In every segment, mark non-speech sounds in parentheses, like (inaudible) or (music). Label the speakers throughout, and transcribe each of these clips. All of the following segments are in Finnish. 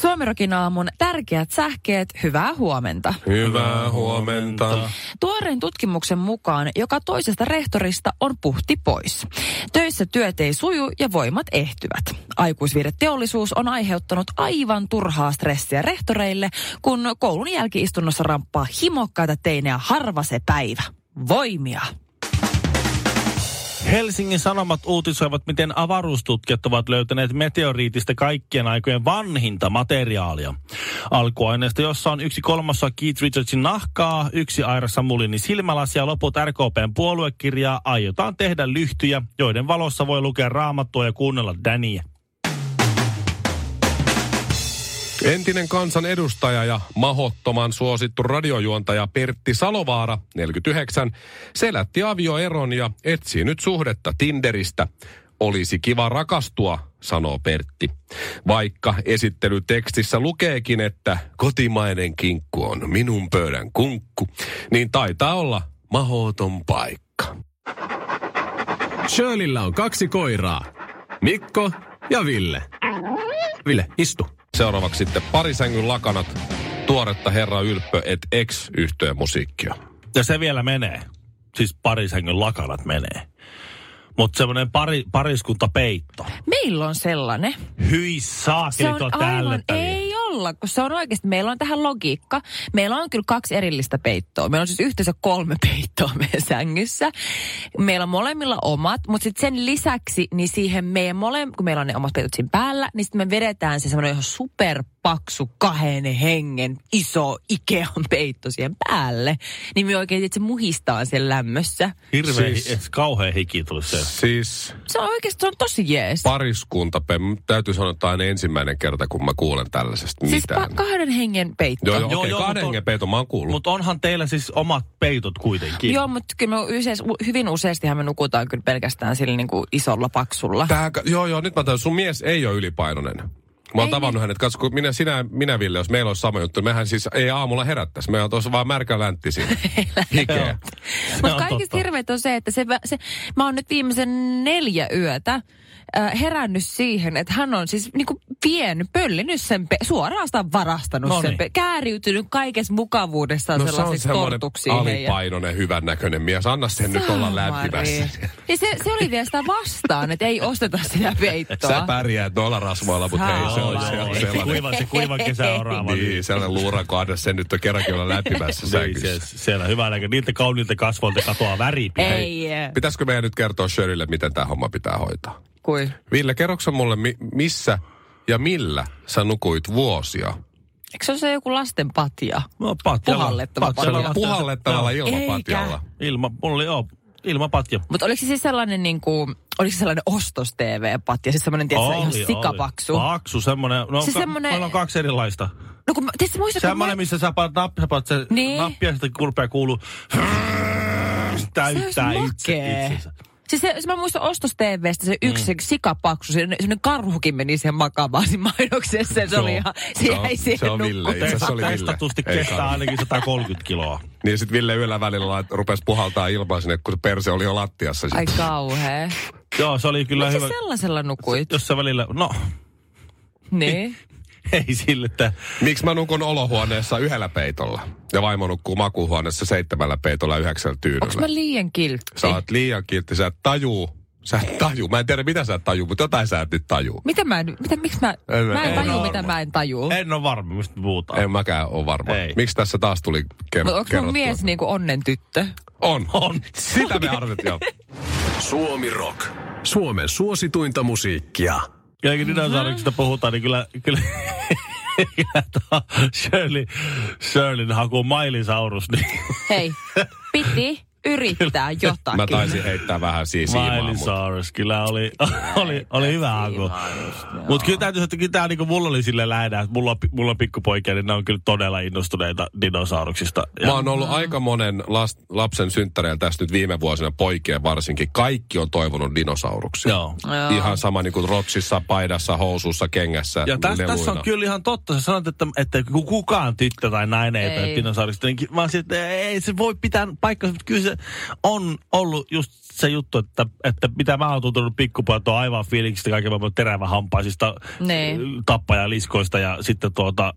Speaker 1: Suomirokin aamun tärkeät sähkeet, hyvää huomenta.
Speaker 2: Hyvää huomenta.
Speaker 1: Tuoreen tutkimuksen mukaan joka toisesta rehtorista on puhti pois. Töissä työt ei suju ja voimat ehtyvät. Aikuisviihdeteollisuus on aiheuttanut aivan turhaa stressiä rehtoreille, kun koulun jälkiistunnossa ramppaa himokkaita teinejä harva se päivä. Voimia!
Speaker 3: Helsingin Sanomat uutisoivat, miten avaruustutkijat ovat löytäneet meteoriitista kaikkien aikojen vanhinta materiaalia. Alkuaineesta, jossa on yksi kolmasosa Keith Richardsin nahkaa, yksi Aira Samulinin silmälasia, loput RKPn puoluekirjaa, aiotaan tehdä lyhtyjä, joiden valossa voi lukea raamattua ja kuunnella Däniä.
Speaker 2: Entinen kansan edustaja ja mahottoman suosittu radiojuontaja Pertti Salovaara, 49, selätti avioeron ja etsii nyt suhdetta Tinderistä. Olisi kiva rakastua, sanoo Pertti. Vaikka esittelytekstissä lukeekin, että kotimainen kinkku on minun pöydän kunkku, niin taitaa olla mahoton paikka.
Speaker 4: Shirleyllä on kaksi koiraa. Mikko ja Ville. Ville, istu.
Speaker 2: Seuraavaksi sitten parisängyn lakanat, tuoretta Herra Ylppö et ex yhtyeen musiikkia.
Speaker 3: Ja se vielä menee. Siis parisängyn lakanat menee. Mutta semmoinen pari, pariskuntapeitto.
Speaker 1: Meillä on sellainen.
Speaker 3: Hyi saakeli
Speaker 1: Se on
Speaker 3: tuo
Speaker 1: aivan,
Speaker 3: tällöin.
Speaker 1: ei olla, kun se on oikeasti, meillä on tähän logiikka. Meillä on kyllä kaksi erillistä peittoa. Meillä on siis yhteensä kolme (laughs) peittoa meidän sängyssä. Meillä on molemmilla omat, mutta sitten sen lisäksi, niin siihen meidän mole, kun meillä on ne omat peitot siinä päällä, niin sitten me vedetään se semmoinen ihan superpaksu kahden hengen iso Ikean peitto siihen päälle. Niin me oikein, että se muhistaa sen lämmössä.
Speaker 3: Hirveä,
Speaker 2: Siis-
Speaker 3: siis... kauhean hiki tuli se.
Speaker 2: Siis
Speaker 1: Se on oikeasti, se on tosi jees.
Speaker 2: pariskunta, täytyy sanoa, että tämä on ensimmäinen kerta, kun mä kuulen tällaisesta
Speaker 1: Siis
Speaker 2: mitään.
Speaker 1: pa- kahden hengen peitto.
Speaker 2: Joo, joo,
Speaker 3: Joo,
Speaker 2: okei,
Speaker 3: joo,
Speaker 2: okay, kahden
Speaker 3: mut on-
Speaker 2: hengen peiton mä oon kuullut.
Speaker 3: Mutta onhan teillä siis omat peitot kuitenkin.
Speaker 1: Mm. Joo, mutta kyllä me usein, hyvin useastihan me nukutaan kyllä pelkästään sillä niin kuin isolla paksulla.
Speaker 2: Tää, joo, joo, nyt mä tajusin, sun mies ei ole ylipainoinen. Mä oon
Speaker 1: niin.
Speaker 2: tavannut hänet, katso, kun minä, sinä, minä Ville, jos meillä olisi sama juttu, mehän siis ei aamulla herättäisi. Meillä on tuossa vaan märkä
Speaker 1: (laughs)
Speaker 2: läntti siinä. Hikeä.
Speaker 3: Se
Speaker 1: Mutta
Speaker 3: on
Speaker 1: kaikista
Speaker 3: totta.
Speaker 1: hirveet on se, että se, se, mä oon nyt viimeisen neljä yötä äh, herännyt siihen, että hän on siis niin kuin vienyt, pöllinyt sen, pe- suorastaan varastanut
Speaker 3: No
Speaker 1: sen,
Speaker 3: niin.
Speaker 1: pe- kääriytynyt kaikessa mukavuudessaan
Speaker 2: No se on
Speaker 1: sellaisiksi
Speaker 2: semmoinen
Speaker 1: tortuksiin. heidän.
Speaker 2: alipainoinen, hyvännäköinen mies. Anna sen nyt olla lämpimässä.
Speaker 1: Saamari. Ja se, se oli vielä sitä vastaan, että ei osteta sitä
Speaker 2: (laughs)
Speaker 1: peittoa.
Speaker 2: Sä pärjäät noilla rasvoilla, mutta hei, se on, se on
Speaker 3: Joo, se
Speaker 2: sellainen.
Speaker 3: kuiva, se kuiva kesäoraava.
Speaker 2: Niin, sellainen luuranko, anna sen nyt on kerrankin olla lämpimässä
Speaker 3: Niin, se,
Speaker 2: sängyssä.
Speaker 3: siellä hyvä näkö. Niiltä kauniilta kasvoilta katoaa väri.
Speaker 1: Ei, äh,
Speaker 2: Pitäisikö meidän nyt kertoa Shirleylle, miten tämä homma pitää hoitaa?
Speaker 1: kuin.
Speaker 2: Ville, kerroksä mulle, mi- missä ja millä sä nukuit vuosia?
Speaker 1: Eikö se ole se joku lasten patja?
Speaker 3: No, patjalla.
Speaker 1: Puhallettava
Speaker 3: Patjalla
Speaker 1: patja.
Speaker 3: vasten-
Speaker 2: Puhallettavalla
Speaker 3: Joo.
Speaker 2: ilmapatjalla.
Speaker 3: Ilma, mulla oli, joo, ilmapatja.
Speaker 1: Mutta oliko se siis sellainen, niin kuin, oliko se sellainen ostos-TV-patja? Siis sellainen, tiedätkö, ihan sikapaksu?
Speaker 3: Oli. Paksu, semmonen. No,
Speaker 1: Se
Speaker 3: se
Speaker 1: semmonen-
Speaker 3: semmonen... Meillä on kaksi erilaista.
Speaker 1: No kun, mä- tiedätkö, muistatko, kun mä,
Speaker 3: Semmoinen, missä sä paat nappia, sä paat se
Speaker 1: Niin.
Speaker 3: niin. nappia, sitten kulpea kuuluu. Täyttää
Speaker 1: olisi
Speaker 3: itse,
Speaker 1: makee.
Speaker 3: itsensä.
Speaker 1: Siis se, se, mä muistan ostos-TVstä se yksi mm. sikapaksu, se, semmoinen karhukin meni siihen makaamaan siinä mainoksessa. Se, se
Speaker 2: Se on-
Speaker 1: oli ihan, se
Speaker 2: se on-
Speaker 1: jäi siihen
Speaker 2: se on Ville
Speaker 1: nukkumaan.
Speaker 2: itse. asiassa oli Ville.
Speaker 3: Testatusti
Speaker 2: Ei
Speaker 3: kestää
Speaker 2: saanut.
Speaker 3: ainakin 130 kiloa.
Speaker 2: Niin sitten Ville yöllä välillä lait, rupesi puhaltaa ilmaa sinne, kun se perse oli jo lattiassa.
Speaker 1: Ai
Speaker 2: Sit.
Speaker 1: kauhea.
Speaker 3: Joo, se oli kyllä
Speaker 1: Miksi
Speaker 3: hyvä.
Speaker 1: sellaisella nukuit?
Speaker 3: Jos sä välillä, no, (laughs)
Speaker 1: Niin.
Speaker 3: ei sille, että
Speaker 2: Miksi mä nukun olohuoneessa yhdellä peitolla? Ja vaimo nukkuu makuuhuoneessa seitsemällä peitolla ja yhdeksällä tyynyllä.
Speaker 1: Onko mä liian kiltti?
Speaker 2: Sä oot liian kiltti, sä et tajuu. Sä et tajuu. Mä en tiedä, mitä sä et tajuu, mutta jotain sä et nyt tajuu.
Speaker 1: Mitä mä en, mitä, miksi mä,
Speaker 2: En mä-
Speaker 1: mä en
Speaker 2: en
Speaker 1: tajuu,
Speaker 3: ole
Speaker 1: mitä
Speaker 3: varma.
Speaker 1: mä en tajuu.
Speaker 3: en ole varma, mistä puhutaan.
Speaker 2: En mäkään ole varma.
Speaker 3: Ei.
Speaker 2: Miksi tässä taas tuli ker-
Speaker 1: Mutta onko mun
Speaker 2: kerrottua?
Speaker 1: mies niinku onnen tyttö?
Speaker 2: On.
Speaker 1: (laughs)
Speaker 3: On.
Speaker 2: Sitä me arvetin jo.
Speaker 4: Suomi Rock. Suomen suosituinta musiikkia.
Speaker 3: Ja kun dinosauruksista puhutaan, niin kyllä, kyllä, (laughs) kyllä tuo Shirley, Shirleyn haku mailisaurus, niin
Speaker 1: Hei, piti yrittää jotakin.
Speaker 2: Mä taisin heittää vähän siis
Speaker 3: Miley Cyrus, kyllä oli, oli, oli hyvä alku. Mutta kyllä täytyy sanoa, että kyllä tää, niinku, mulla oli sille lähdä, että mulla, on pi- mulla on pikkupoikia, niin ne on kyllä todella innostuneita dinosauruksista. Ja
Speaker 2: Mä oon ollut aika monen las, lapsen synttäreillä tässä nyt viime vuosina, poikien varsinkin. Kaikki on toivonut dinosauruksia.
Speaker 3: Joo.
Speaker 1: Joo.
Speaker 2: Ihan sama niin kuin rotsissa, paidassa, housussa, kengässä,
Speaker 3: Ja tässä, tässä on
Speaker 2: leluina.
Speaker 3: kyllä ihan totta. Sä sanot, että, että ku- kukaan tyttö tai nainen ei,
Speaker 1: Ei.
Speaker 3: ei. dinosaurista. Niin, ki- mä olisin, että ei se voi pitää paikkaa, mutta kyllä se on ollut just se juttu, että, että mitä mä oon tuntunut pikkupojat on aivan fiiliksistä kaiken maailman terävähampaisista
Speaker 1: Niin.
Speaker 3: tappajaliskoista ja sitten tuota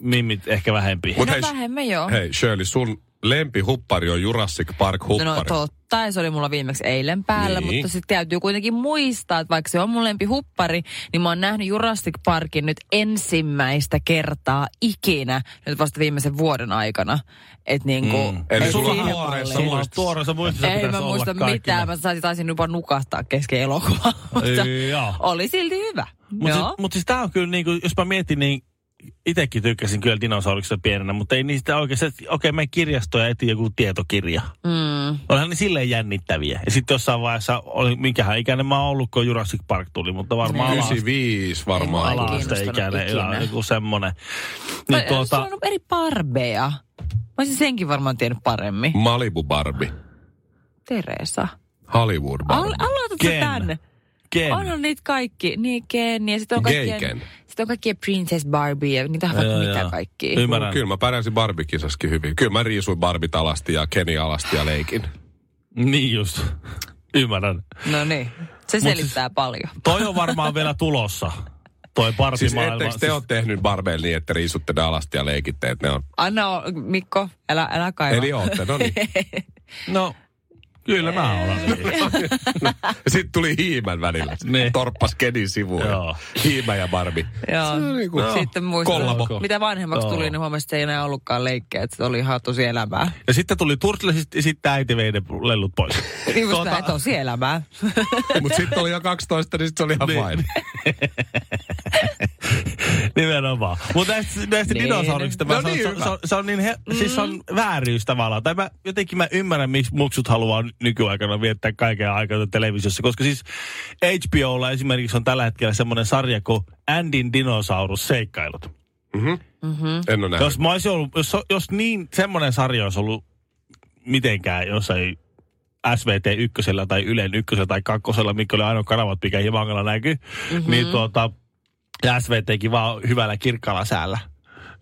Speaker 3: mimmit ehkä vähempi.
Speaker 2: Mut
Speaker 1: No
Speaker 2: hei,
Speaker 1: vähemmän joo.
Speaker 2: Hei Shirley, sun lempihuppari on Jurassic Park huppari.
Speaker 1: No totta, ja se oli mulla viimeksi eilen päällä,
Speaker 2: Niin.
Speaker 1: niin. mutta sitten täytyy kuitenkin muistaa, että vaikka se on mun lempihuppari, niin mä oon nähnyt Jurassic Parkin nyt ensimmäistä kertaa ikinä, nyt vasta viimeisen vuoden aikana. Et niinku, mm.
Speaker 2: Eli
Speaker 1: et
Speaker 2: sulla on
Speaker 1: siinä
Speaker 2: tuoreessa
Speaker 1: paljon.
Speaker 2: muistissa.
Speaker 3: muistissa. Tuoreessa muistissa
Speaker 1: Ei
Speaker 3: pitäisi
Speaker 1: mä
Speaker 3: olla
Speaker 1: muista
Speaker 3: kaikilla.
Speaker 1: mitään, mä saisin, taisin jopa nukahtaa kesken elokuvaa, mutta
Speaker 3: Joo.
Speaker 1: oli silti hyvä.
Speaker 3: Mutta
Speaker 1: Joo.
Speaker 3: siis, mut siis tää on kyllä niinku, jos mä mietin, niin itekin tykkäsin kyllä dinosauruksista pienenä, mutta ei niistä oikeasti, että okei, okay, me kirjastoja etin joku tietokirja.
Speaker 1: Mm.
Speaker 3: Olihan ne silleen jännittäviä. Ja sitten jossain vaiheessa, oli, minkähän ikäinen mä oon ollut, kun Jurassic Park tuli, mutta varmaan ala-
Speaker 2: 95
Speaker 1: Niin. Ei
Speaker 2: varmaan.
Speaker 1: mua
Speaker 2: oli.
Speaker 1: kiinnostanut
Speaker 3: ala-asteikäinen,
Speaker 1: ikinä.
Speaker 3: ja joku semmonen.
Speaker 1: Niin
Speaker 3: Niin
Speaker 1: mä, tuota...
Speaker 3: tuota,
Speaker 1: on eri parbeja. Mä olisin senkin varmaan tiennyt paremmin.
Speaker 2: Malibu Barbie.
Speaker 1: Teresa.
Speaker 2: Hollywood
Speaker 1: Al-
Speaker 2: Barbie.
Speaker 1: aloitatko
Speaker 3: Ken.
Speaker 1: tän?
Speaker 3: Ken.
Speaker 1: Onhan niitä kaikki. Niin Ken ja sitten on
Speaker 2: Gay
Speaker 1: kaikkien,
Speaker 2: Ken.
Speaker 1: sit on kaikkien Princess Barbie ja niitä on vaikka
Speaker 3: Joo,
Speaker 1: mitä
Speaker 3: joo.
Speaker 1: kaikki.
Speaker 3: Ymmärrän.
Speaker 2: Kyllä mä pärjäsin Barbie-kisaskin hyvin. Kyllä mä riisuin Barbit alasti ja Keni alasti ja leikin.
Speaker 3: Niin just. Ymmärrän.
Speaker 1: No niin. Se
Speaker 3: siis-
Speaker 1: selittää paljon.
Speaker 3: Toi on varmaan vielä tulossa. Toi
Speaker 2: Siis
Speaker 3: partimaailma.
Speaker 2: ettekö te ole tehnyt Barbeille niin, että riisutte ne alasti ja leikitte, että ne on...
Speaker 1: Anna, o- Mikko, älä, älä kaiva.
Speaker 2: Eli ootte,
Speaker 1: (laughs)
Speaker 2: no niin.
Speaker 3: No, kyllä mä olen.
Speaker 2: Sitten tuli hiimän välillä.
Speaker 3: Niin.
Speaker 2: Torppas Kenin sivuun.
Speaker 3: Joo.
Speaker 2: Hiimä ja Barbie.
Speaker 1: Joo.
Speaker 2: Se on niinku-
Speaker 1: Sitten muistin,
Speaker 2: Kollabo.
Speaker 1: mitä vanhemmaksi
Speaker 3: Joo.
Speaker 1: tuli, niin huomasin, että se ei enää ollutkaan leikkejä, että se oli ihan tosi elämää. (laughs)
Speaker 3: Ja sitten tuli Turtle, ja sitten äiti vei ne lellut pois.
Speaker 1: Niin just
Speaker 3: Tuota-
Speaker 1: näin, tosi
Speaker 3: (laughs)
Speaker 1: elämää.
Speaker 2: Mutta sitten oli jo 12, niin sit se oli ihan
Speaker 3: Niin.
Speaker 2: vain.
Speaker 3: Nimenomaan. Mutta näistä, näistä
Speaker 1: Niin.
Speaker 3: dinosauruksista
Speaker 2: No
Speaker 3: mä sanon,
Speaker 2: niin,
Speaker 3: se, on-
Speaker 2: hyvä.
Speaker 3: se, on- se, on niin, he, mm. siis se on vääryys tavallaan. Tai mä, jotenkin mä ymmärrän, miksi muksut haluaa ny- nykyaikana viettää kaiken aikaa televisiossa. Koska siis HBOlla esimerkiksi on tällä hetkellä semmoinen sarja kuin Andin dinosaurus-seikkailut.
Speaker 1: Mm.
Speaker 2: En ole nähnyt.
Speaker 3: Jos, mä olisin ollut, jos, jos niin semmoinen sarja olisi ollut mitenkään, jos ei SVT ykkösellä tai Ylen ykkösellä tai kakkosella, mikä oli ainoa kanavat, mikä Himangalla näkyy, mm-hmm. niin tuota, ja SVTkin vaan hyvällä kirkkaalla säällä.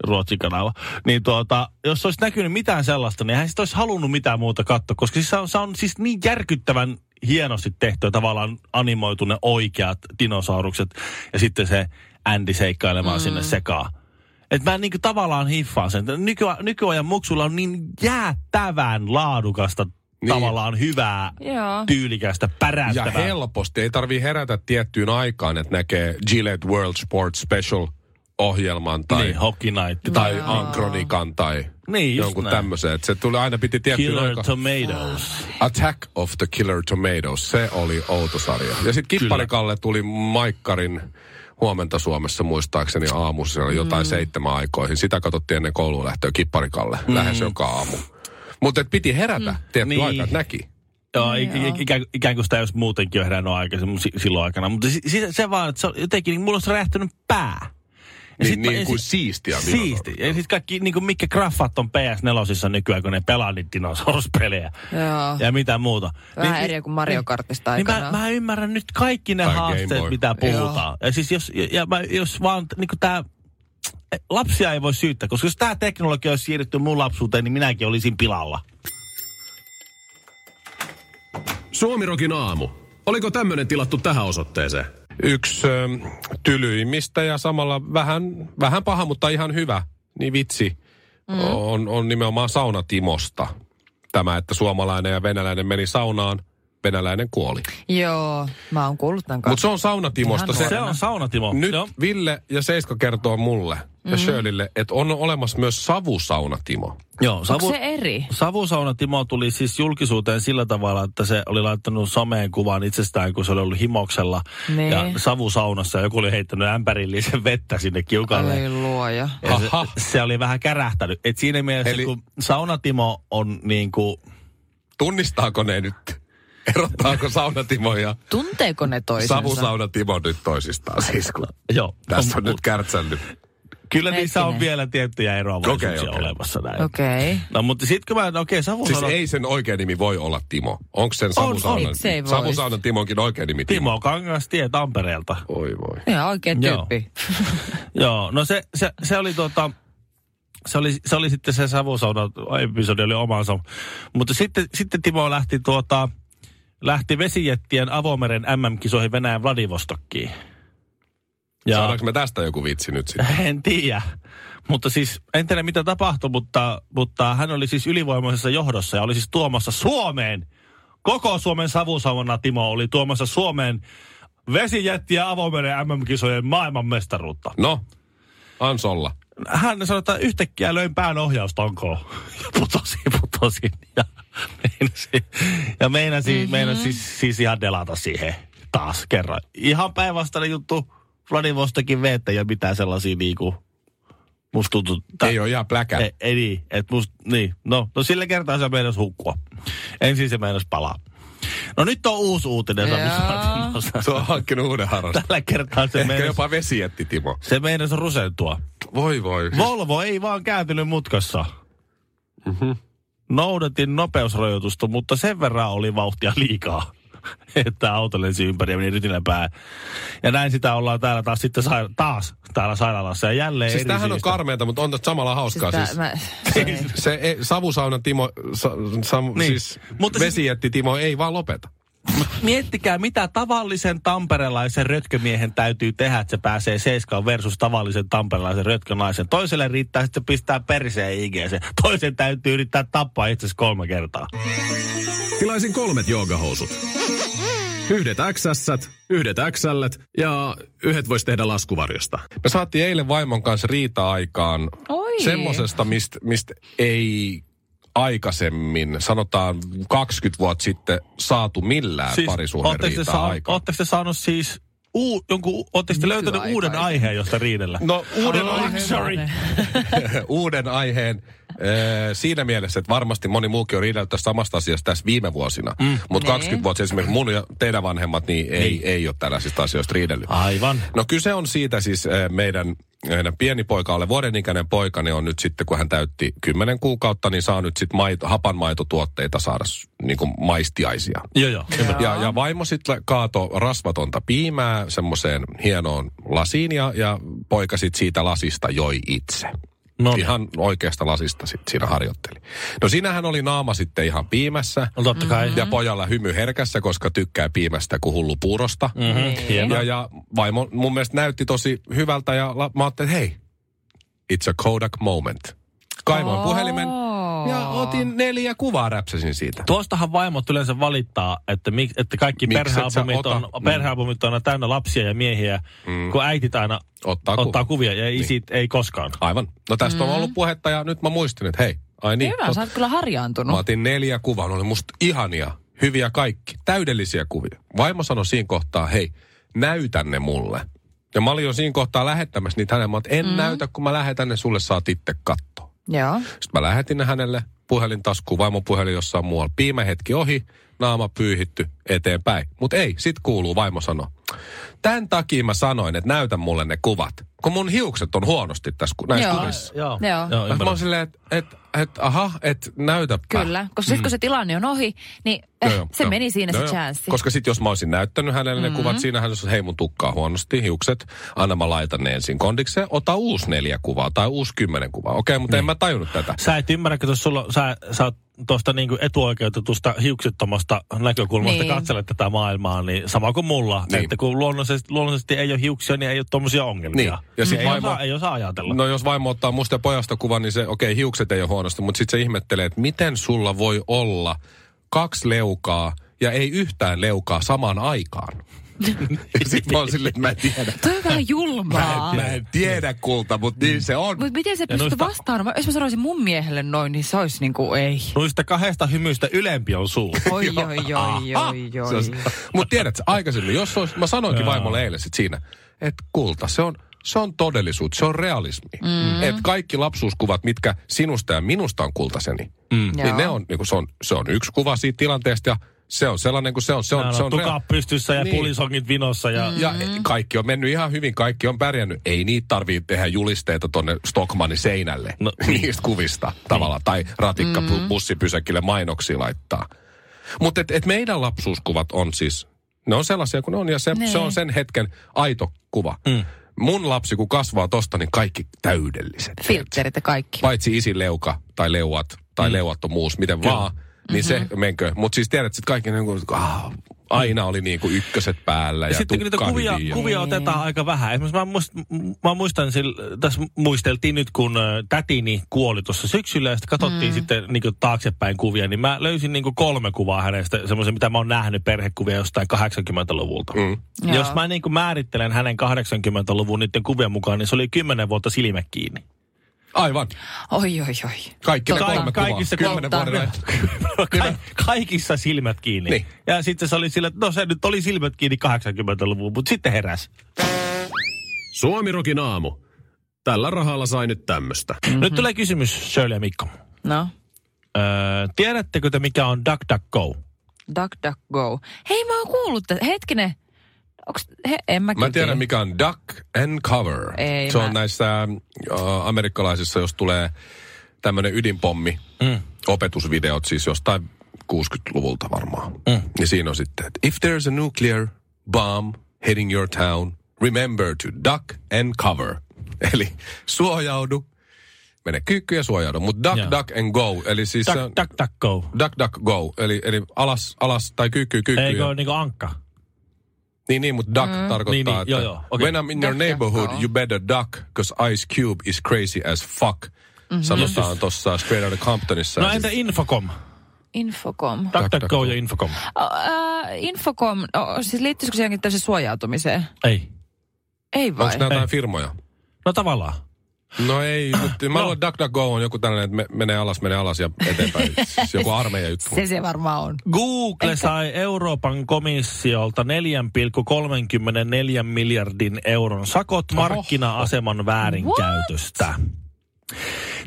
Speaker 3: Ruotsin kanava. Niin tuota, jos olisi näkynyt mitään sellaista, niin hän sitä olisi halunnut mitään muuta katsoa, koska siis se, on, se on siis niin järkyttävän hienosti tehty ja tavallaan animoitu ne oikeat dinosaurukset ja sitten se Andy seikkailemaan mm. sinne sekaan. Et mä niinku tavallaan hiffaan sen. Nykya, nykyajan muksulla on niin jäätävän laadukasta, niin. tavallaan hyvää,
Speaker 1: Joo.
Speaker 3: tyylikästä,
Speaker 2: Ja
Speaker 3: pärähtävää.
Speaker 2: helposti. Ei tarvii herätä tiettyyn aikaan, että näkee Gillette World Sports Special ohjelman tai,
Speaker 3: niin, Hockey Night.
Speaker 2: tai Ankronikan tai
Speaker 3: Niin, just
Speaker 2: jonkun
Speaker 3: näin.
Speaker 2: tämmöisen. Et se tuli aina piti tiettyyn
Speaker 3: Killer
Speaker 2: aikaan.
Speaker 3: Tomatoes.
Speaker 2: Attack of the Killer Tomatoes, se oli outo sarja. Ja sitten Kipparikalle tuli Maikkarin huomenta Suomessa muistaakseni aamusella jotain mm. seitsemän aikoihin. Sitä katsottiin ennen kouluun lähtöä Kipparikalle mm. lähes joka aamu. Mutta näki. herätä mm. tietty niin.
Speaker 3: Niin.
Speaker 2: aika, että näki.
Speaker 3: Joo,
Speaker 1: Niin,
Speaker 3: ik- ik- ikään, ikään kuin sitä jos muutenkin on herännyt aikaisemmin si- silloin aikana. Mutta si- si- se vaan, että se on jotenkin, niin mulla on se räjähtänyt pää. Ja
Speaker 2: Niin,
Speaker 3: sit mä-
Speaker 2: niin
Speaker 3: ja
Speaker 2: kuin
Speaker 3: sit-
Speaker 2: siistiä
Speaker 3: Siisti. Ja siis kaikki, niin kuin mitkä graffat on PS4 nykyään, kun ne pelaa niitä dinosauruspelejä.
Speaker 1: Joo.
Speaker 3: Ja mitä muuta.
Speaker 1: Vähän eri kuin Mario Kartista
Speaker 3: niin mä,
Speaker 1: aikanaan.
Speaker 3: mä ymmärrän nyt kaikki ne
Speaker 2: Tai Game Boy.
Speaker 3: haasteet, mitä puhutaan. Ja siis jos, ja, ja mä, jos vaan niin kuin tää, lapsia ei voi syyttää, koska jos tämä teknologia olisi siirretty mun lapsuuteen, niin minäkin olisin pilalla.
Speaker 4: Suomirokin aamu. Oliko tämmönen tilattu tähän osoitteeseen?
Speaker 2: Yksi ö, tylyimmistä ja samalla vähän, vähän paha, mutta ihan hyvä, niin vitsi, mm. on, on nimenomaan saunatimosta. Tämä, että suomalainen ja venäläinen meni saunaan, venäläinen kuoli.
Speaker 1: Joo, mä oon kuullut tämän
Speaker 2: Mutta
Speaker 1: kanssa.
Speaker 2: se on saunatimosta.
Speaker 1: Ihan
Speaker 2: No Se,
Speaker 3: Se on saunatimo.
Speaker 2: nyt
Speaker 3: Joo.
Speaker 2: Ville ja Seiska kertoo mulle ja Shirleylle, että on olemassa myös savusaunatimo.
Speaker 3: Joo,
Speaker 1: Onko
Speaker 3: savu,
Speaker 1: se eri?
Speaker 3: Savusauna Timo tuli siis julkisuuteen sillä tavalla, että se oli laittanut someen kuvan itsestään, kun se oli ollut himoksella
Speaker 1: Niin.
Speaker 3: ja savusaunassa. ja Joku oli heittänyt ämpärillisen vettä sinne kiukalle.
Speaker 1: Ai luoja.
Speaker 3: Ja se,
Speaker 2: Aha.
Speaker 3: se oli vähän kärähtänyt. Et siinä mielessä,
Speaker 2: Eli-
Speaker 3: Eli... kun saunatimo on niin kuin
Speaker 2: Tunnistaako ne nyt? Erottaako saunatimo ja
Speaker 1: Tunteeko ne toisensa?
Speaker 2: savusaunatimo nyt toisistaan? Siis kun
Speaker 3: Joo.
Speaker 2: tässä on
Speaker 3: Mut
Speaker 2: nyt kärtsännyt.
Speaker 3: Kyllä niissä on
Speaker 1: Hetkinen.
Speaker 3: vielä tiettyjä eroavaisuuksia
Speaker 2: Okei, okei.
Speaker 3: olemassa näin.
Speaker 1: Okei. Okay.
Speaker 3: No mutta sitten kun mä, no okei, Savu
Speaker 2: Siis
Speaker 3: sanoi,
Speaker 2: ei sen oikea nimi voi olla Timo. Onko sen Savusaunan,
Speaker 1: Miksei voi?
Speaker 2: Savusaunan Timonkin oikea nimi Timo?
Speaker 3: Timo Kangastie Tampereelta.
Speaker 2: Oi voi.
Speaker 1: Ihan oikea
Speaker 3: Joo.
Speaker 1: tyyppi.
Speaker 3: Joo, no se, se, se oli tota, se oli, se oli sitten se savusauna episodi oli omansa. Mutta sitten, sitten Timo lähti tuota, lähti vesijettien avomeren MM-kisoihin Venäjän Vladivostokkiin.
Speaker 2: Ja. Saadaanko me tästä joku vitsi nyt sitten?
Speaker 3: En tiedä. Mutta siis, en tiedä mitä tapahtui, mutta, mutta hän oli siis ylivoimaisessa johdossa ja oli siis tuomassa Suomeen. Koko Suomen savusauna Timo oli tuomassa Suomeen vesijetti- ja avomeren MM-kisojen maailmanmestaruutta.
Speaker 2: No, Ansolla.
Speaker 3: Hän sanoi, että yhtäkkiä löin pään ohjaustonkoon. (laughs) Ja putosin, putosin. Ja meinasin, ja meinasin, mm-hmm. meinasin siis, siis ihan delata siihen taas kerran. Ihan päinvastainen juttu. Vladivostokin veettä ja mitään sellaisia niinku... Musta tuntuu...
Speaker 2: Tää. Ei ole ihan pläkä.
Speaker 3: Ei, ei niin, että must, niin. No, no sillä kertaa se meinas hukkua. Ensin se meinas palaa. No nyt on uusi uutinen.
Speaker 1: Joo.
Speaker 3: Savusaunassa.
Speaker 2: Se on hankkinut uuden harrastuksen.
Speaker 3: Tällä kertaa se
Speaker 2: Ehkä
Speaker 3: meinas,
Speaker 2: jopa vesietti Timo.
Speaker 3: se meinas rusentua.
Speaker 2: Voi voi. Siis-
Speaker 3: Volvo ei vaan kääntynyt mutkassa. Mm-hmm.
Speaker 2: Mhm.
Speaker 3: Noudatin nopeusrajoitusta, mutta sen verran oli vauhtia liikaa, (laughs) että auto lensi ympäri ja meni rytinän päähän. Ja näin sitä ollaan täällä taas sitten saira- taas täällä sairaalassa ja jälleen
Speaker 2: Siis
Speaker 3: eri
Speaker 2: tämähän on
Speaker 3: syystä.
Speaker 2: karmeita, mutta on tästä samalla hauskaa. Siis
Speaker 1: mä,
Speaker 2: siis se ei, savusauna Timo, sa, sa, niin. siis
Speaker 3: Mutta
Speaker 2: Mutta
Speaker 3: siis-
Speaker 2: vesijätti Timo ei vaan lopeta.
Speaker 3: Miettikää, mitä tavallisen tamperelaisen rötkömiehen täytyy tehdä, että se pääsee seiskaan versus tavallisen tamperelaisen rötkönaisen. Toiselle riittää, että se pistää perseen IGC. Toisen täytyy yrittää tappaa itsensä kolme kertaa.
Speaker 4: Tilaisin kolmet joogahousut. Yhdet XS, yhdet XL ja yhdet voisi tehdä laskuvarjosta.
Speaker 2: Me saatiin eilen vaimon kanssa riita-aikaan
Speaker 1: Oi.
Speaker 2: semmosesta, mistä mist ei aikaisemmin, sanotaan 20 vuotta sitten, saatu millään siis, parisuuden
Speaker 3: ootteko te
Speaker 2: riitaa
Speaker 3: saanut-
Speaker 2: aikaan.
Speaker 3: ootteko te saanut siis, uu, jonkun, u- ootteko te löytänyt
Speaker 1: Nykyaikaisen.
Speaker 3: uuden aiheen, josta riidellä?
Speaker 2: No uuden,
Speaker 3: Oh,
Speaker 2: aiheen,
Speaker 3: sorry.
Speaker 2: (laughs) uuden aiheen ö, siinä mielessä, että varmasti moni muukin on riidellyt tästä samasta asiasta tässä viime vuosina. Mm. Mutta
Speaker 1: Niin.
Speaker 2: 20 vuotta esimerkiksi mun ja teidän vanhemmat niin ei, niin. ei ole tällaisista asioista riidellyt.
Speaker 3: Aivan.
Speaker 2: No kyse on siitä siis eh, meidän, meidän pieni poika, alle vuoden ikäinen poikani on nyt sitten, kun hän täytti 10 kuukautta, niin saa nyt sitten maito, hapanmaitotuotteita saada s- niin kuin maistiaisia.
Speaker 3: Joo, joo.
Speaker 2: Ja, ja vaimo sitten kaato rasvatonta piimää semmoiseen hienoon lasiin ja, ja poika sitten siitä lasista joi itse.
Speaker 3: No, niin.
Speaker 2: Ihan oikeasta lasista sit siinä harjoitteli. No siinähän oli naama sitten ihan piimässä.
Speaker 3: no totta kai.
Speaker 2: Ja pojalla hymy herkässä, koska tykkää piimästä kuin hullu puurosta.
Speaker 3: Mm-hmm. Hieno.
Speaker 2: Ja, ja vaimo mun mielestä näytti tosi hyvältä ja la, mä ajattelin, hei, it's a Kodak moment. Kaivoin puhelimen ja otin neljä kuvaa räpsäsin siitä.
Speaker 3: Tuostahan vaimot yleensä valittaa, että, mik, että kaikki
Speaker 2: Miksi et
Speaker 3: perhealbumit
Speaker 2: sä
Speaker 3: on,
Speaker 2: ota? Mm.
Speaker 3: perhealbumit on aina täynnä lapsia ja miehiä, mm. kun äitit aina
Speaker 2: Ottaa, Niin.
Speaker 3: ottaa
Speaker 2: kuva.
Speaker 3: kuvia ja isit ei koskaan.
Speaker 2: Aivan. No tästä mm. on ollut puhetta ja nyt mä muistin, että hei, ai niin.
Speaker 1: Hyvä,
Speaker 2: tot-
Speaker 1: sä oot kyllä harjaantunut.
Speaker 2: Mä otin neljä kuvaa, ne oli musta ihania, hyviä kaikki, täydellisiä kuvia. Vaimo sanoi siinä kohtaa, hei, näytä ne mulle. Ja mä olin jo siinä kohtaa lähettämässä niitä hänelle, mä oon, että en mm. näytä, kun mä lähetän ne sulle, saat itse katsoa.
Speaker 1: Joo.
Speaker 2: Sitten mä lähetin ne hänelle puhelintaskuun, vaimon puhelin jossain muualla. Piime hetki ohi, naama pyyhitty eteenpäin. Mutta ei, sit kuuluu vaimo sano. Tämän takia mä sanoin, että näytä mulle ne kuvat, kun mun hiukset on huonosti tässä ku- näissä
Speaker 1: Joo.
Speaker 2: kuvissa.
Speaker 3: Joo.
Speaker 1: Joo.
Speaker 3: Joo,
Speaker 2: Mä
Speaker 3: ymmärrän.
Speaker 2: oon silleen, että et, et, aha, että näytäpä.
Speaker 1: Kyllä, koska sitten kun se tilanne on ohi, niin
Speaker 2: Mm. Joo,
Speaker 1: eh,
Speaker 2: joo,
Speaker 1: se
Speaker 2: joo.
Speaker 1: meni siinä
Speaker 2: Joo,
Speaker 1: se
Speaker 2: joo.
Speaker 1: chanssi.
Speaker 2: Koska sitten jos mä olisin näyttänyt hänelle ne mm-hmm. kuvat, siinä hän olisi, hei mun tukkaa huonosti, hiukset, anna mä laitan ne ensin kondikseen, ota uusi neljä kuvaa tai uusi kymmenen kuvaa. Okei, okay, mutta niin. en mä tajunnut tätä.
Speaker 3: Sä et ymmärrä, että sulla, sä, sä oot tuosta niinku etuoikeutetusta hiuksettomasta näkökulmasta niin.
Speaker 1: Niin.
Speaker 3: katselet tätä maailmaa, niin sama kuin mulla. Niin.
Speaker 2: Niin.
Speaker 3: Että kun luonnollisesti, luonnollisesti ei ole hiuksia, niin ei ole tommosia ongelmia.
Speaker 2: Niin. Ja sit
Speaker 3: ei,
Speaker 2: vaimo-
Speaker 3: osaa, ei osaa ajatella.
Speaker 2: No jos vaimo ottaa musta ja pojasta kuvan, niin se, okei, okay, hiukset ei ole huonosti, mutta sitten se ihmettelee, että miten sulla voi olla kaksi leukaa ja ei yhtään leukaa samaan aikaan. (laughs) sitten mä oon silleen, että mä en tiedä.
Speaker 1: Toi on vähän julmaa.
Speaker 2: Mä en tiedä kulta, mutta niin se on.
Speaker 1: Mutta miten se pystyy
Speaker 3: noista-
Speaker 1: vastaamaan? Jos mä sanoisin mun miehelle noin, niin se olisi niinku
Speaker 2: (laughs)
Speaker 1: ei.
Speaker 3: Noista kahdesta hymystä ylempi on suu.
Speaker 1: Oi, oi, oi, oi, oi.
Speaker 2: Mm. Mutta tiedätkö, aikaisemmin, jos olisi, mä sanoinkin vaimolle eilen sit siinä, että kulta, se on se on todellisuutta, se on realismi. Mm. Et kaikki lapsuuskuvat, mitkä sinusta ja minusta on kultaseni, mm. niin
Speaker 1: Joo.
Speaker 2: ne on, niin se, on, se on yksi kuva siitä tilanteesta ja se on sellainen kuin se on. Se on, se on rea-
Speaker 3: tukaa pystyssä ja
Speaker 2: Niin.
Speaker 3: niin. pulisongit vinossa ja...
Speaker 2: ja e- kaikki on mennyt ihan hyvin, kaikki on pärjännyt. Ei niitä tarvitse tehdä julisteita tonne Stockmannin seinälle no, (laughs)
Speaker 3: No,
Speaker 2: niistä kuvista tavallaan. Tai ratikka mm. bussipysäkille mainoksia laittaa. Mutta et, et meidän lapsuuskuvat on siis, ne on sellaisia kuin ne on ja se, se on sen hetken aito kuva. Mm. Mun lapsi kun kasvaa tosta, niin kaikki täydelliset.
Speaker 1: Filterit ja kaikki.
Speaker 2: Paitsi isileuka tai leuat tai mm. leuattomuus, miten Kyllä. vaan. Niin mm-hmm. se menkö. Mutta siis tiedät, että kaikki niin kuin, ah, aina oli niin kuin ykköset päällä ja,
Speaker 3: Ja sitten kun niitä
Speaker 2: tukka
Speaker 3: kuvia,
Speaker 2: hyvin ja-
Speaker 3: kuvia otetaan aika vähän. Esimerkiksi mä, muist, m- mä muistan, sillä, tässä muisteltiin nyt, kun ö, tätini kuoli tuossa syksyllä, ja sitten katsottiin mm. sitten niin taaksepäin kuvia, niin mä löysin niin kolme kuvaa hänestä, semmoisia, mitä mä oon nähnyt perhekuvia jostain 80-luvulta. Mm. Jos
Speaker 1: Joo.
Speaker 3: mä niin määrittelen hänen 80-luvun niiden kuvien mukaan, niin se oli 10 vuotta silmä kiinni. (laughs)
Speaker 2: Aivan.
Speaker 1: Oi, oi, oi.
Speaker 2: Kaikki ne
Speaker 3: Ka-
Speaker 2: kolme
Speaker 3: kaikissa
Speaker 2: kuvaa. Kymmenen
Speaker 1: kolme-
Speaker 2: vuoden ajan.
Speaker 3: Ka- kaikissa silmät kiinni.
Speaker 2: Niin.
Speaker 3: Niin. Ja sitten se oli sillä, että no se nyt oli silmät kiinni 80-luvun, mutta sitten heräs.
Speaker 4: Suomirokin aamu. Tällä rahalla sai nyt tämmöstä.
Speaker 3: Mm-hmm. Nyt tulee kysymys, Shirley ja Mikko.
Speaker 1: No,
Speaker 3: Öö, tiedättekö te, mikä on DuckDuckGo?
Speaker 1: duck, duck, go. Hei, mä oon kuullut tästä. Hetkinen. Onks, he, en mä,
Speaker 2: Mä
Speaker 1: kyllä
Speaker 2: tiedän,
Speaker 1: tiedä.
Speaker 2: mikä on duck and cover.
Speaker 1: Ei,
Speaker 2: se
Speaker 1: mä-
Speaker 2: on näissä äh, amerikkalaisissa, jos tulee tämmöinen ydinpommi, mm. opetusvideot siis jostain 60-luvulta varmaan. Mm. Niin siinä on sitten, että if there's a nuclear bomb hitting your town, remember to duck and cover. (laughs) Eli suojaudu, mene kyykkyyn ja suojaudu. Mutta duck,
Speaker 3: Joo.
Speaker 2: duck and go. Eli siis se on
Speaker 3: Duck, duck, duck, go.
Speaker 2: duck, duck, go. Eli, eli alas, alas tai kyykkyyn, kyykkyyn.
Speaker 3: Eikö
Speaker 2: ja-
Speaker 3: ole niinku ankka?
Speaker 2: Niin, niin, mutta duck mm. tarkoittaa,
Speaker 3: Niin, niin,
Speaker 2: että
Speaker 3: joo, joo, okei.
Speaker 2: when I'm in your
Speaker 1: Duck,
Speaker 2: neighborhood,
Speaker 1: duck, joo.
Speaker 2: you better duck, cause Ice Cube is crazy as fuck. Mm-hmm. Sanotaan tuossa Straight Outta Comptonissa. Siis,
Speaker 3: No entä Infocom?
Speaker 1: Infocom.
Speaker 3: Duck, duck,
Speaker 2: duck,
Speaker 3: go
Speaker 2: go.
Speaker 3: ja Infocom.
Speaker 1: O, ää, Infocom, o, siis liittyisikö se jonkin tämmöiseen suojautumiseen?
Speaker 3: Ei.
Speaker 1: Ei vai?
Speaker 2: Onko nämä
Speaker 3: Ei.
Speaker 2: jotain firmoja?
Speaker 3: No tavallaan.
Speaker 2: No ei,
Speaker 3: (clears throat)
Speaker 2: mutta mä luulen, että DuckDuckGo on joku tällainen, että me- menee alas, menee alas ja
Speaker 1: (laughs)
Speaker 2: eteenpäin. siis joku armeija juttu.
Speaker 1: Se se varmaan on.
Speaker 3: Google sai Euroopan komissiolta 4,34 miljardin euron sakot markkina-aseman väärinkäytöstä.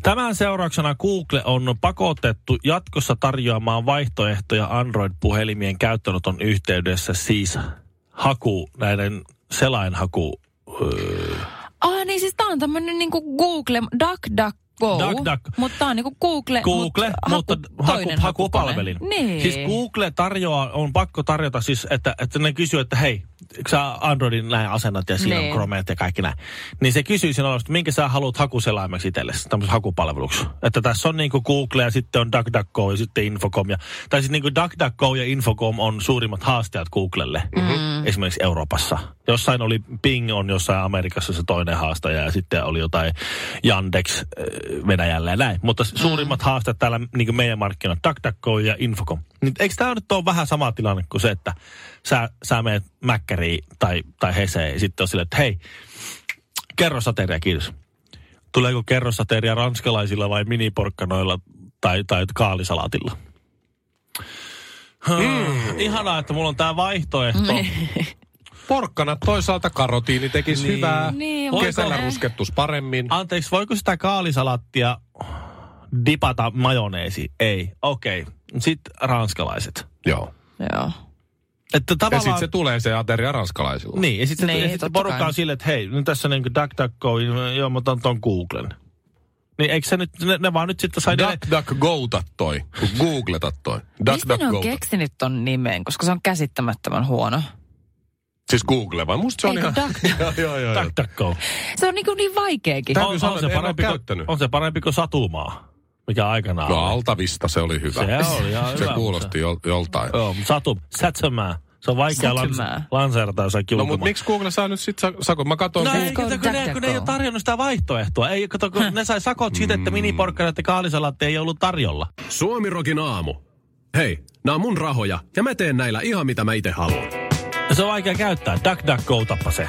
Speaker 3: Tämän seurauksena Google on pakotettu jatkossa tarjoamaan vaihtoehtoja Android-puhelimien käyttöönoton yhteydessä siis haku, näiden selainhaku. öö,
Speaker 1: Ah niin, siis tää on tämmönen niinku Google, DuckDuckGo.
Speaker 3: Duck, duck.
Speaker 1: Mutta tää on niinku Google,
Speaker 3: Google,
Speaker 1: mut,
Speaker 3: mutta haku,
Speaker 1: toinen
Speaker 3: hakupalvelin.
Speaker 1: hakukone. Niin.
Speaker 3: Siis Google tarjoaa, on pakko tarjota siis, että, että ne kysyy, että hei, eikö sä Androidin näin asennat ja siinä
Speaker 1: Niin.
Speaker 3: on Chromeet ja kaikki näin. Niin se kysyy sinulle, että minkä sä haluat hakuselaimeksi itsellesi, tämmöisen hakupalveluksi. Että tässä on niinku Google ja sitten on DuckDuckGo ja sitten Infocom. Ja, tai siis niinku DuckDuckGo ja Infocom on suurimmat haasteet Googlelle, mm-hmm. esimerkiksi Euroopassa. Jossain oli Bing on jossain Amerikassa se toinen haastaja ja sitten oli jotain Yandex äh, Venäjällä ja näin. Mutta suurimmat mm-hmm. haasteet täällä niinku meidän markkinoilla, DuckDuckGo ja Infocom. Nyt eikö tämä nyt ole vähän sama tilanne kuin se, että sä, sä menet Mäkkäriin tai, tai Heseen ja sitten on silleen, että hei, kerrosateria, kiitos. Tuleeko kerrosateria ranskalaisilla vai miniporkkanoilla tai, tai kaalisalaatilla? Hmm. Niin. Ihanaa, että mulla on tämä vaihtoehto.
Speaker 2: Porkkana toisaalta karotiini tekisi
Speaker 3: Niin.
Speaker 2: hyvää.
Speaker 1: Niin,
Speaker 2: Kesällä
Speaker 1: mutta-
Speaker 2: ruskettus paremmin.
Speaker 3: Anteeksi, voiko sitä kaalisalattia dipata majoneesi? Ei. Okei. Okay. Sitten ranskalaiset.
Speaker 2: Joo.
Speaker 1: Joo.
Speaker 3: Että
Speaker 2: Ja
Speaker 3: tavallaan...
Speaker 2: sitten se tulee se ateria ranskalaisilla.
Speaker 3: Niin, ja sitten
Speaker 1: Niin,
Speaker 3: niin, sit
Speaker 1: totta
Speaker 3: porukka
Speaker 1: kai.
Speaker 3: on silleen, että hei, nyt tässä on niin DuckDuckGo, joo, mä otan ton Googlen. Niin eikö se nyt, ne, ne vaan nyt sitten sai... ne-
Speaker 2: DuckDuckGouta toi, kun googletat toi.
Speaker 1: Mistä ne on
Speaker 2: DuckDuckGouta.
Speaker 1: keksinyt ton nimen, koska se on käsittämättömän huono.
Speaker 2: Siis Google vai? Musta se on
Speaker 1: Eikö
Speaker 2: ihan...
Speaker 1: duck-
Speaker 2: (laughs) joo, joo, joo. joo.
Speaker 3: DuckDuckGo.
Speaker 1: Se on niinku niin vaikeakin.
Speaker 2: Täytyy sanoa, että en ole
Speaker 3: kuin,
Speaker 2: käyttänyt.
Speaker 3: on se parempi kuin Satumaa, mikä aikanaan
Speaker 2: No
Speaker 3: oli.
Speaker 2: altavista se oli hyvä.
Speaker 3: Se oli ihan
Speaker 2: se
Speaker 3: hyvä,
Speaker 2: kuulosti jo, joltain.
Speaker 3: mutta- Joo, mutta Satu, Satsamaa. Se on vaikea lans,
Speaker 1: Satsamaa.
Speaker 3: lanseerata jossakin
Speaker 2: No
Speaker 3: ulkomaan.
Speaker 2: mutta miksi Google saa nyt sit sa- sakon? Mä katson
Speaker 3: No
Speaker 2: no,
Speaker 1: Let's
Speaker 3: ei,
Speaker 1: go
Speaker 3: kato,
Speaker 1: to
Speaker 3: kun, ne, kun ne ei
Speaker 1: DuckDuckGo.
Speaker 3: ole tarjonnut sitä vaihtoehtoa. Ei, kato, kun ne sai sakot siitä, että miniporkkanat ja kaalisalaatti ei ollut tarjolla.
Speaker 4: Suomirokin aamu. Hei, nämä on mun rahoja ja mä teen näillä ihan mitä mä itse haluan.
Speaker 3: Se on vaikea käyttää. DuckDuckGo tappa se.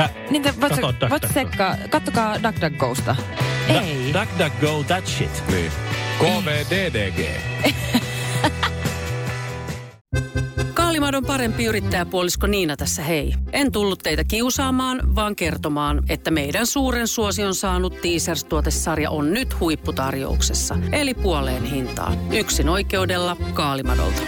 Speaker 3: Kä-
Speaker 1: Niin te, voit,
Speaker 3: Kato
Speaker 1: sä,
Speaker 3: Duck
Speaker 1: voit
Speaker 3: Duck
Speaker 1: sekkaa, kattokaa DuckDuckGosta. Ei.
Speaker 3: Duck, duck, go, that shit.
Speaker 2: niin. KVDDG.
Speaker 5: Kaalimarin Automadon parempi yrittäjäpuolisko Niina tässä hei. En tullut teitä kiusaamaan, vaan kertomaan, että meidän suuren suosion saanut Teasers-tuotesarja on nyt huipputarjouksessa. Eli puoleen hintaan. Yksin oikeudella Kaalimadolta.